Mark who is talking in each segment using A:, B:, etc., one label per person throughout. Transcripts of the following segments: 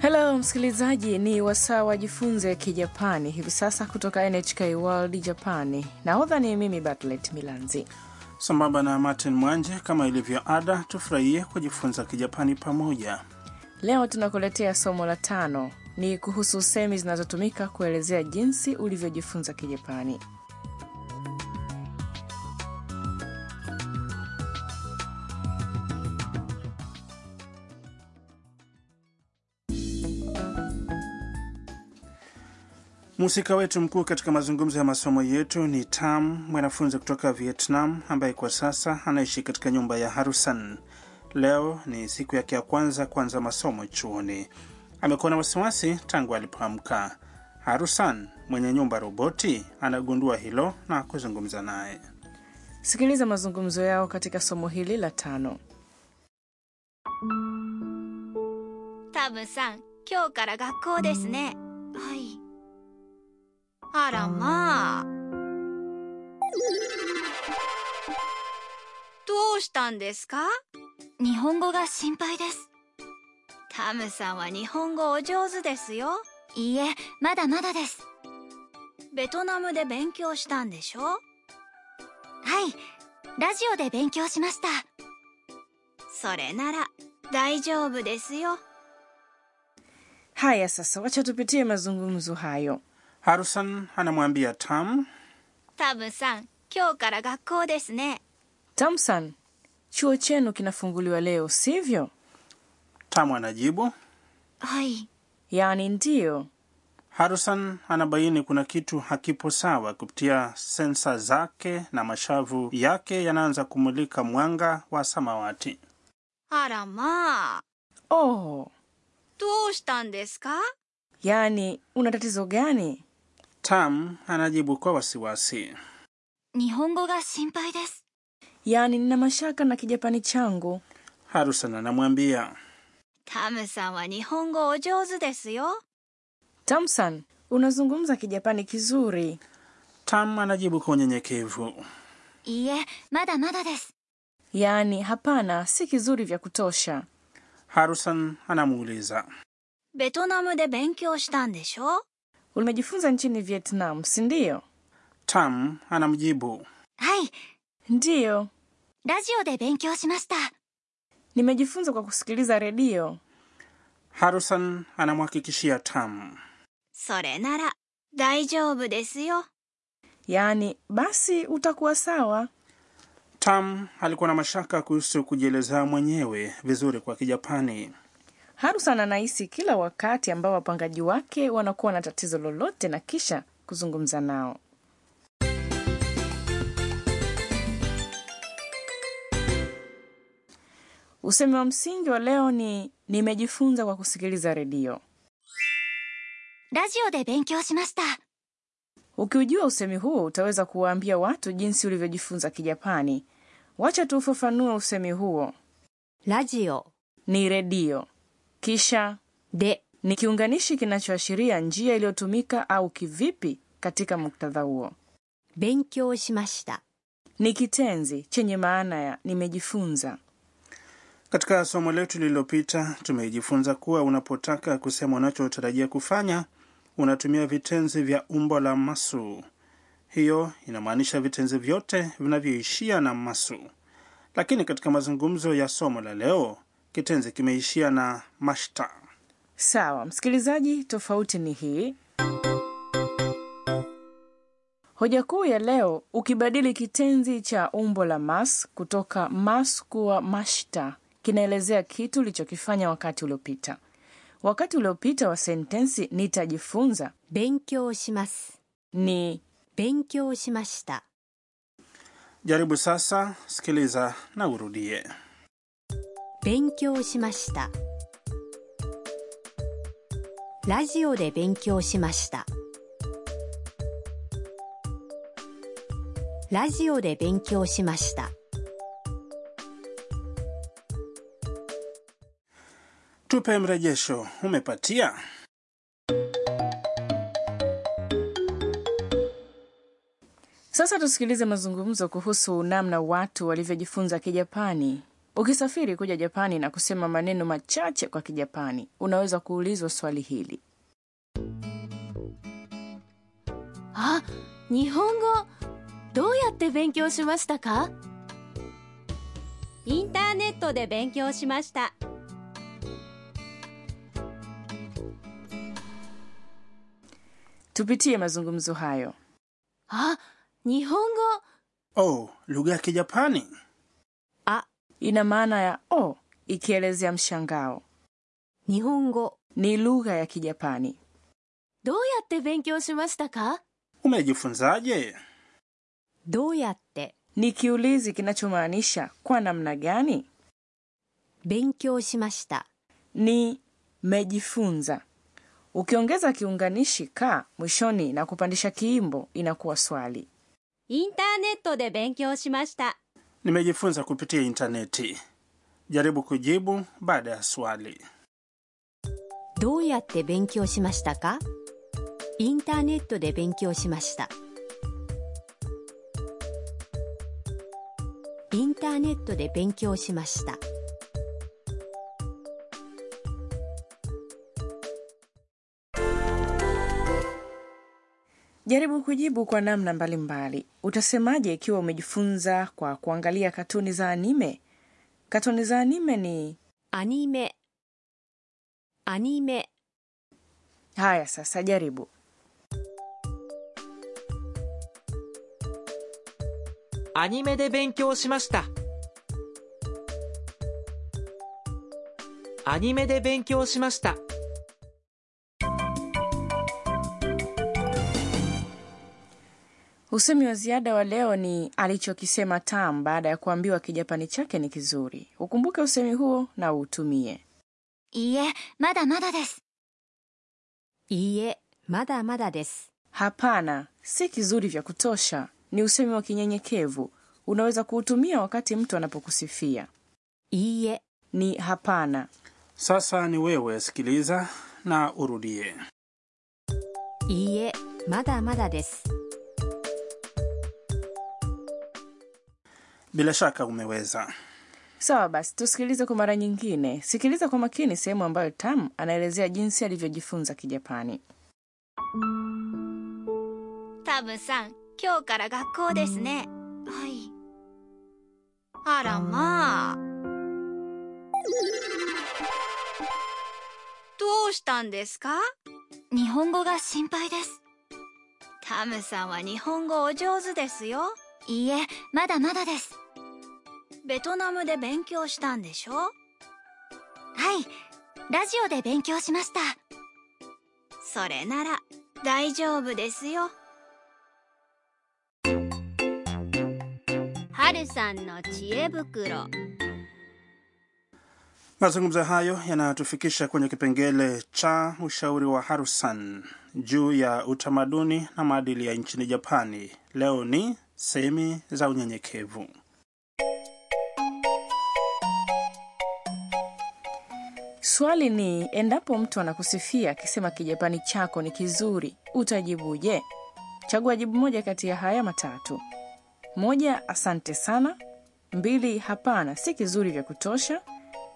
A: Helo msikilizaji, ni wasaa wajifunze Kijapani hivi sasa kutoka NHK World Japani. Nahodha ni mimi Bartlett Milanzi.
B: sambamba na Martin Mwanje. Kama ilivyo ada, tufurahie kujifunza Kijapani pamoja.
A: Leo tunakuletea somo la tano, ni kuhusu semi zinazotumika kuelezea jinsi ulivyojifunza Kijapani.
B: Mhusika wetu mkuu katika mazungumzo ya masomo yetu ni Tam, mwanafunzi kutoka Vietnam ambaye kwa sasa anaishi katika nyumba ya Harusan. Leo ni siku yake ya kwanza kuanza masomo chuoni. Amekuwa na wasiwasi tangu alipoamka. Harusan mwenye nyumba roboti anagundua hilo na kuzungumza naye.
A: Sikiliza mazungumzo yao katika somo hili la tano.
C: タブさん今日から学校ですねはいあらまあどうしたんですか
D: 日本語が心配です
C: タムさんは日本語お上手ですよ
D: いいえまだまだです
C: ベトナムで勉強したんでしょ
D: はいラジオで勉強しました
C: それなら大丈夫ですよ
A: Haya, sasa wacha tupitie mazungumzo hayo.
B: Harusan anamwambia Tam,
C: タムさん今日から学校ですね
A: Tamsan, chuo chenu kinafunguliwa leo, sivyo?
B: Tam anajibu.
C: はい。
A: Yaani ndiyo.
B: Harusan anabaini kuna kitu hakipo sawa kupitia sensa zake na mashavu yake yanaanza kumulika mwanga wa samawati.
C: あらまあ
A: Oh,
C: どうしたんですか
A: yaani una tatizo gani?
B: Tam anajibu kwa wasiwasi.
D: 日本語が心配です。
A: Yaani nina mashaka na Kijapani changu.
B: Harusan anamwambia
C: タムさんは日本語お上手ですよ
A: Tamsan, unazungumza Kijapani kizuri.
B: Tam anajibu kwa unyenyekevu.
D: いいえ、まだまだです。
A: Yaani hapana, si kizuri vya kutosha.
B: Harusan anamuuliza
C: ベトナムで勉強したんでしょ
A: Umejifunza nchini Vietnam, si ndiyo?
B: Tam anamjibu
D: はい、
A: Ndiyo,
D: ラジオで勉強しました。
A: nimejifunza kwa kusikiliza redio.
B: Harusan anamhakikishia Tam.
C: それなら大丈夫ですよ
A: Yaani basi utakuwa sawa.
B: Tam alikuwa na mashaka kuhusu kujielezea mwenyewe vizuri kwa Kijapani.
A: Harusan anahisi kila wakati ambao wapangaji wake wanakuwa na tatizo lolote na kisha kuzungumza nao. Usemi wa msingi wa leo ni nimejifunza kwa kusikiliza redio.
D: ラジオで勉強しました。
A: Ukiujua usemi huu utaweza kuwaambia watu jinsi ulivyojifunza Kijapani. Wacha tuufafanue usemi huo.
E: ラジオ
A: Ni redio, kisha
E: で
A: ni kiunganishi kinachoashiria njia iliyotumika au kivipi katika muktadha huo.
E: 勉強しました。
A: Ni kitenzi chenye maana ya nimejifunza.
B: Katika somo letu lililopita tumejifunza kuwa unapotaka kusema unachotarajia kufanya unatumia vitenzi vya umbo la masu. Hiyo inamaanisha vitenzi vyote vinavyoishia na masu, lakini katika mazungumzo ya somo la leo kitenzi kimeishia na mashta.
A: Sawa msikilizaji, tofauti ni hii. Hoja kuu ya leo, ukibadili kitenzi cha umbo la mas kutoka mas kuwa mashta, kinaelezea kitu ulichokifanya wakati uliopita. Wakati uliopita wa sentensi nitajifunza
E: 勉強します。
A: ni
E: 勉強しました。
B: Jaribu sasa, sikiliza na urudie.
E: 勉強しました。ラジオで勉強しました。ラジオで勉強しました。
B: Tupe mrejesho, umepatia?
A: Sasa tusikilize mazungumzo kuhusu namna watu walivyojifunza Kijapani. ukisafiri kuja japani na kusema maneno machache kwa kijapani unaweza kuulizwa swali hili
D: あ日本語どうやって勉強しましたかインターネットで勉強しました
A: tupitie mazungumzo hayo
D: あ日本語
B: oh lugha ya kijapani
E: a,
A: ina maana ya o ikielezea mshangao
E: 日本語
A: ni lugha ya kijapani
D: どうやって勉強しましたか
B: umejifunzaje
E: どうやって
A: ni kiulizi kinachomaanisha kwa namna gani
E: 勉強しました。
A: ni mejifunza ukiongeza kiunganishi ka mwishoni na kupandisha kiimbo inakuwa swali
D: インターネットで勉強しました
B: nimejifunza kupitia intaneti jaribu kujibu baada ya swali
E: どうやって勉強しましたかインターネットで勉強しました。インターネットで勉強しました。
A: jaribu kujibu kwa namna mbalimbali mbali. utasemaje ikiwa umejifunza kwa kuangalia katuni za anime katuni za anime ni
E: アニメ、アニメ、
A: haya sasa jaribu
F: アニメで勉強しましたアニメで勉強しました
A: usemi wa ziada wa leo ni alichokisema tam baada ya kuambiwa kijapani chake ni kizuri ukumbuke usemi huo na uutumie
D: いいえまだまだです
E: いいえ、まだまだです。
A: hapana si kizuri vya kutosha ni usemi wa kinyenyekevu unaweza kuutumia wakati mtu anapokusifia
E: いいえ、
A: ni hapana
B: sasa ni wewe sikiliza na urudie
E: いいえ、まだまだです。
B: bila shaka umeweza
A: sawa basi tusikilize kwa mara nyingine sikiliza kwa makini sehemu ambayo tam anaelezea jinsi alivyojifunza kijapani
C: タブさん今日から学校ですねはいあらまあどうしたんですか
D: 日本語が心配です
C: タムさんは日本語お上手ですよ
D: いいえまだまだです
C: ベトナムで勉強したんでしょ
D: はいラジオで勉強しました
C: それなら大丈夫ですよ
D: はるさんの知恵袋
B: mazungumzo hayo yanatufikisha kwenye kipengele cha ushauri wa harusan juu ya utamaduni na maadili ya nchini japani leo ni sehemi za unyenyekevu
A: swali ni endapo mtu anakusifia akisema kijapani chako ni kizuri utajibuje chagua jibu moja kati ya haya matatu moja asante sana mbili hapana si kizuri vya kutosha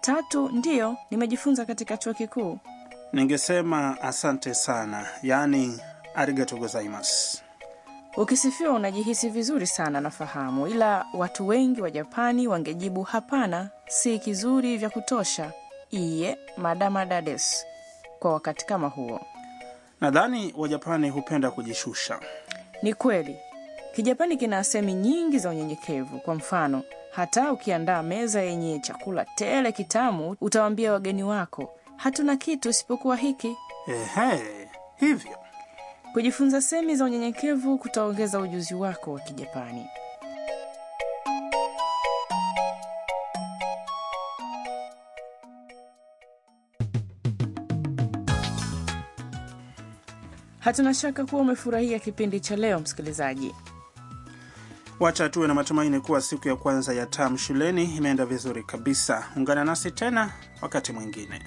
A: tatu ndiyo nimejifunza katika chuo kikuu
B: ningesema asante sana yaani arigato gozaimas
A: ukisifiwa unajihisi vizuri sana nafahamu ila watu wengi wa japani wangejibu hapana si kizuri vya kutosha iye madamada des kwa wakati kama huo
B: nadhani wajapani hupenda kujishusha
A: ni kweli kijapani kina asemi nyingi za unyenyekevu kwa mfano hata ukiandaa meza yenye chakula tele kitamu utawaambia wageni wako hatuna kitu isipokuwa hiki
B: ehe hivyo
A: kujifunza semi za unyenyekevu kutaongeza ujuzi wako wa kijapani hatuna shaka kuwa umefurahia kipindi cha leo msikilizaji
B: wacha tuwe na matumaini kuwa siku ya kwanza ya tam shuleni imeenda vizuri kabisa ungana nasi tena wakati mwingine